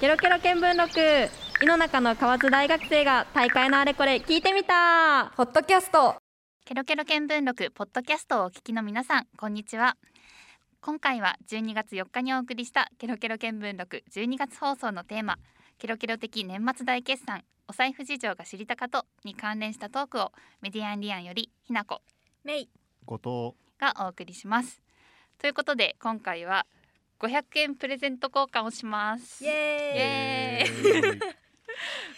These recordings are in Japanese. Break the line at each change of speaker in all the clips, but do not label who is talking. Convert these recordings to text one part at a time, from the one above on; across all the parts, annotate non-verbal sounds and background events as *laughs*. ケロケロ見聞録井の中の河津大学生が大会のあれこれ聞いてみた
ポッドキャスト
ケロケロ見聞録ポッドキャストをお聞きの皆さんこんにちは今回は12月4日にお送りしたケロケロ見聞録12月放送のテーマケロケロ的年末大決算お財布事情が知りたかとに関連したトークをメディアンリアンよりひなこ
メイ
後
がお送りしますということで今回は500円プレゼント交換をします
イエーイ
エーイ
藤。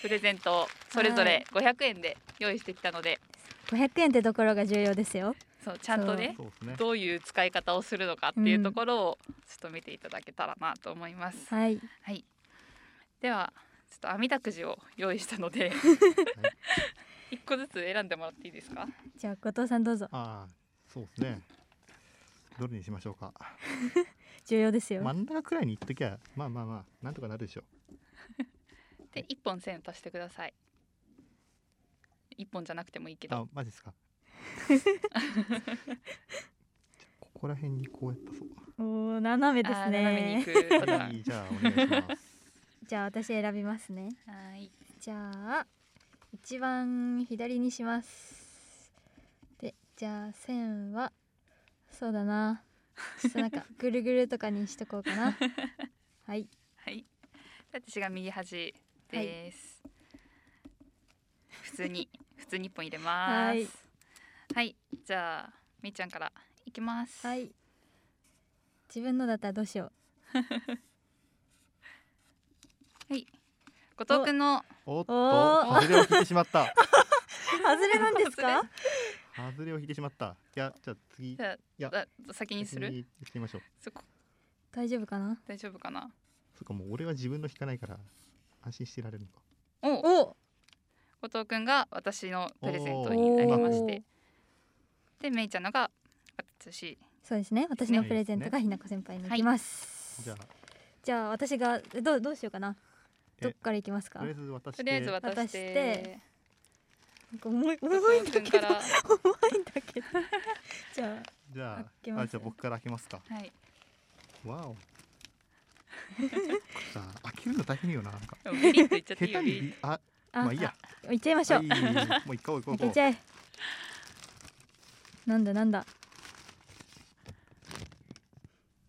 プレゼントをそれぞれ500円で用意してきたので
500円ってところが重要ですよ
そうちゃんとね
そうですね。
どういう使い方をするのかっていうところをちょっと見ていただけたらなと思います。
はい
はい、ではちょっと網だくじを用意したので一個ずつ選んでもらっていいですか
じゃあ後藤さんどうぞ
ああ、そうですね。どれにしましょうか。
重要ですよ
真ん中くらいに行っときゃ、まあまあまあ、なんとかなるでしょ
で一本線足してください一本じゃなくてもいいけ
う。あ
ど、
マジです
*laughs*
か。じゃあここら辺にこうやったそう。
おお斜め
あ
です
ー斜めに行
ね
く
*laughs*
パター
は
ン
い、じゃあお願い
*laughs*
します。
じゃあ私選びますね
はい
じゃあ一番左にしますでじゃあ線はそうだなちょっと
*laughs*
なんかぐるぐるとかにしとこうかなはい
はいで私が右端です、普通に普通に一本入れます
はい
はいじゃあみーちゃんからいきます
はい自分のだったらどうしよう
後藤くんの
おっと、
お
外れを引いてしまった。
外れなんですか
外れを引いてしまった。いや、じゃあ次
じ。ゃ
いや
ああ先にす
次
る
行ってみましょう。
そこ
大丈夫かな
大丈夫かな
そっか、もう俺は自分の引かないから、安心してられるのか。
お
お
後藤くんが私のプレゼントになりましてでめいちゃんのが私
そうですね私のプレゼントがひなこ先輩に行きます、
じゃあ、
じゃあ私がどうどうしようかな
え
どっから行きますか
とりあえず渡し
と
て。
りあえず渡して
渡してなんか重い重
後
いん
藤
だ
く
け
ん
ど
からは
重いんだけど *laughs* じゃあ
じゃ
開け
あ、
ます
あじゃあ僕から開けますか。
い
わお。さ *laughs* あ開けるの大変よな。なんか
でもビリッといっちゃって
下
いいよビリ
手
ッ
にあ
あ
まあいいや。
行っちゃいましょう、
はいもう行こ
開
う行こう行
け
こ
ちゃえなんだなんだ
う。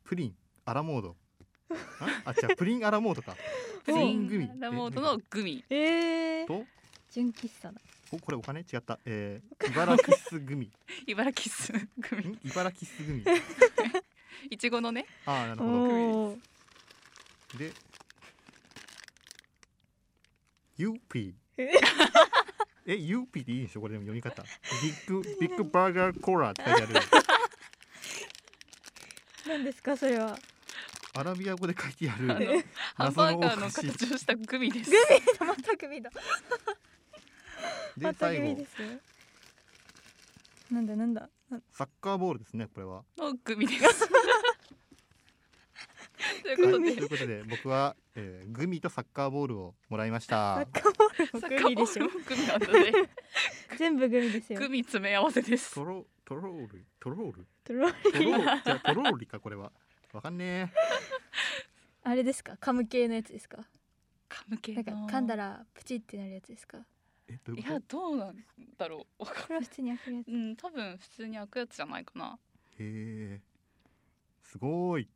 プリンアラ
*laughs*
モード。ああじゃプリンアラモードか。
プリ
プリン
ン
グミ
ラモードのグミ
えー
と
純喫茶だ
おこれお金違った。えー、茨城スグ
*laughs*
ミ。
茨城スグミ
ん茨城スグミ。
いちごのね
ああなるほど。
おー
で。ユーピ
*laughs*
ー
え。
え、ユーピーでいいでしょこれでも読み方。
*laughs*
ビッグビッグバーガーコーラって書いてある。
何ですかそれ
*laughs*
は
アラビア語で書いてあ
*laughs* あの
る。
ハンバーガーの
謎のお菓子
形をしたグミです
全く見た
で
全
最
く見
後
ですよなんだ *laughs* なんだなん
サッカーボールですねこれは。
のグミですと
はいい、と
う
い
こ
うことで僕は、えーグミとサッカーボールをもらいました。
カモール
と
も
で
グミでし
サッ
ょ
カーボールもグミなんだね
全部グミですよ
グミ詰め合わせです
トロトロールトロール
トロ
トローじゃあトローリかこれは。わかんね
あれですかカム系のやつですか
噛む系
なんか噛んだ
ら
らプチってなるやつですか
え。えどうい
いう
こ
や
と？
どうなんだろうわかん
これは普通に開けるやつ
うん多分普通に開くやつじゃないかな
へえす
*laughs*
ごい。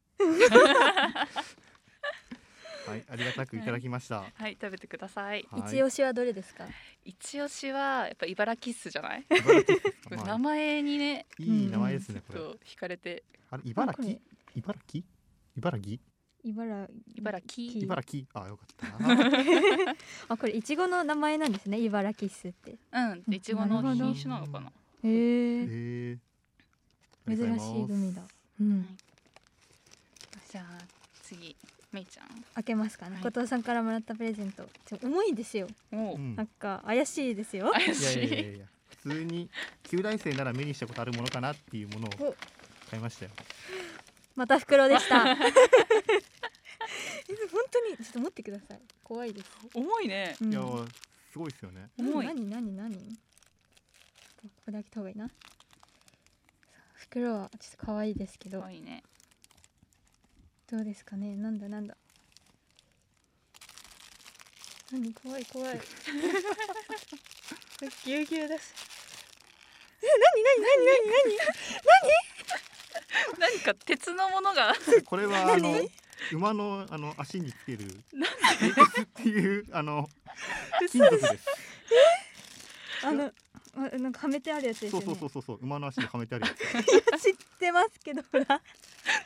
はいありがたくいただきました。
はい食べてください
はい
一押しはどれですか
一押しはやっぱ茨城っすじゃない、
茨城ですかま
名
あ
前にね
いい名前ですねこ
ち
れ。
ょっと惹かれて
あれ茨
こ
城
れ
茨城茨城
茨
茨城
城
茨城あよかった
*laughs*
な。
あこれいちごの名前なんですね茨城スってへ
うんでいちごの品種なのかな
え
へえ。
珍しいグミだう
は
ん
いじゃあ次めいちゃ
開けますかね、
はい
後藤さんからもらったプレゼントちょ重いですよ
んお
う
うん
なんか怪しいですよ
怪
いや
し
いやい
い
やいや普通に旧大生なら目にしたことあるものかなっていうものを
お
買いましたよ
また袋でした
*laughs*
え本当にちょっと持ってください怖いです、
重いね
うん
いやすごいです
*laughs*
よね
重い
何何何何ここで開けた方がいいな袋はちょっと可愛いですけど
重いね
どうですかねなんだなんだ何怖い怖い *laughs* ぎゅうぎゅうだし
何か鉄のものが *laughs*
これはあの馬のあの足につけるっていうあの金属です。
*laughs* あのあなんかはめてあるやつです
そ
よ
う
ね
そうそうそうそう馬の足にはめてあるや
*laughs* 知ってますけどほら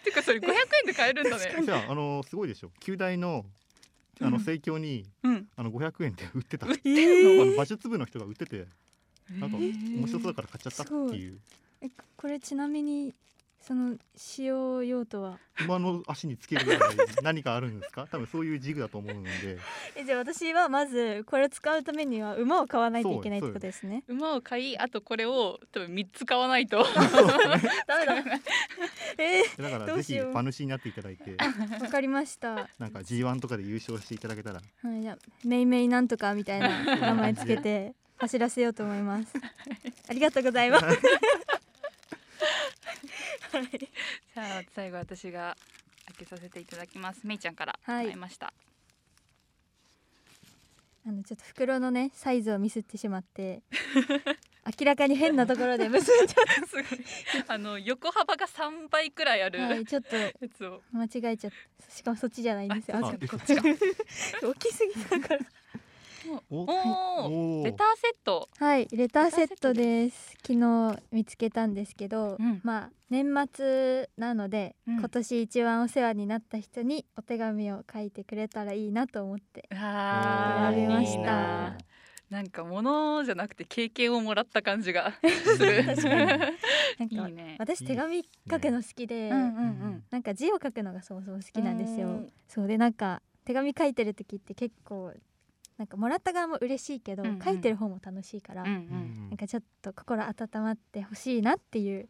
てかそれ500円で買えるんだね
つ。じゃああのすごいでしょ。旧大のあの盛況に、
うん
あの500円で売ってた。あ
売っ
*laughs* え
の
ー
馬術部の人が売っててなんか面白そうだから買っちゃったっていう
えこれちなみにその使用用途は
馬の足につけるぐらい何かあるんですか多分そういうジグだと思うので
えじゃあ私はまずこれを使うためには馬を買わないといけないってことですね
馬を買いあとこれを多分3つ買わない *laughs* と
ダメだ *laughs* え
だから
どう
ぜ
し
ひ
よう
馬主になっていただい
*laughs*
て
ーわかりました
なんか G1 とかで優勝していただけたら
はい、じゃあめいめいなんとかみたい *laughs* な名前つけて走らせようと思います。ありがとうございます。
じゃあ最後私が開けさせていただきますめいちゃんから
はい
買いました、 *laughs*
あのちょっと袋のねサイズをミスってしま *laughs* って、明らかに変なところで結んじゃっ
すごいあの横幅が3倍くらいある
た。はい、ちょっと
やつを
間違えちゃった。しかもそっちじゃないんですよ。
あ
あ
そ
ちょっ
っか
と大きすぎたから。
お
おお
お
レターセット
はい、レターセットです。 *laughs* 昨日見つけたんですけど、
うん
まあ年末なので、
うん
今年一番お世話になった人にお手紙を書いてくれたらいいなと思って。
あ
選びました
いいななんか物じゃなくて経験をもらった感じがする
確かになん
*laughs* い
か
いね
私手紙書くの好きで、
うんうん
ん
なんか字を書くのがそもそも好きなんです
う
よ
ん。
そうでなんか手紙書いてる時って結構なんかもらった側も嬉しいけど、
うんうん
書いてる方も楽しいから、
うんう
なんんかちょっと心温まってほしいなっていう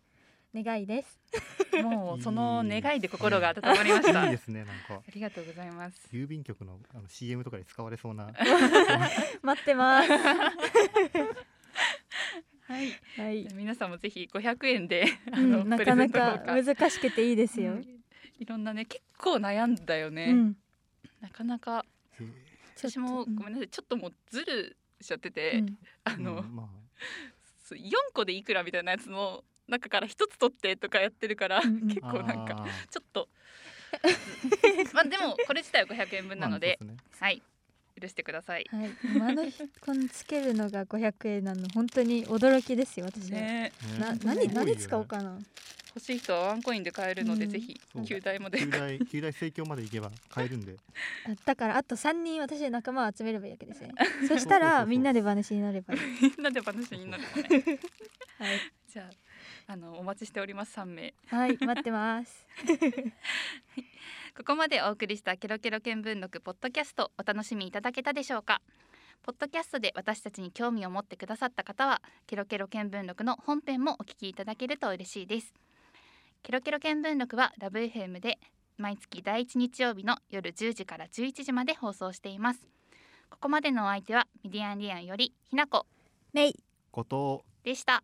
願いです。
*laughs* もうその願いで心が温まりました
いい
あ
ですねなんか
りがとうございます
郵便局のあの CM とかで使われそうな
待ってます。
はい
はい。
皆さんもぜひ500円であ
う
の
ん、な
プ
か
レゼ
な
ント
か
とか
難しくていいですよ。
いろんなね結構悩んだよね、
うん。
なかなか
えー
私もごめんなさいちょっともうずるしちゃってて、
うん
あ *laughs* の、
うんま
そう4個でいくらみたいなやつの中から1つ取ってとかやってるから、
うんうん
結
あ
構なんか
あー
ちょっと
*laughs*
まあでもこれ自体は500円分なので、
まあそうすね
はい許してください。
はい。今の日このつけるのが500円なの本当に驚きですよ私は。
ね、
ね
な
すごいよ
何
ね
何使おうかな。
欲しい人はワンコインで買えるので、
うん
ぜひ
そう
旧大まで
旧大旧大盛況まで行けば買えるんで
あだからあと三人私で仲間を集めればいいわけ *laughs* ですねそしたらみんなで話になればいい、
みんなで話になるのね。
はい、 *laughs*
じゃああのお待ちしております3名。
はい、待って *laughs* ます
ここまでお送りしたケロケロ見聞録ポッドキャストお楽しみいただけたでしょうかポッドキャストで私たちに興味を持ってくださった方はケロケロ見聞録の本編もお聞きいただけると嬉しいですケロケロ見聞録はラブ FM で毎月第一日曜日の夜10時から11時まで放送していますここまでのお相手はミディアンリアンよりひなこ
メイ
ことを
でした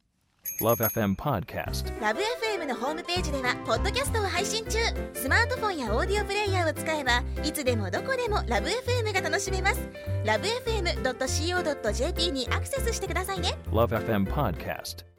Love FM Podcast.
ラブ f m のホームページではポッドキャストを配信中スマートフォンやオーディオプレイヤーを使えばいつでもどこでもラブ f m が楽しめますラブ FM.co.jp にアクセスしてくださいね
Love FM Podcast.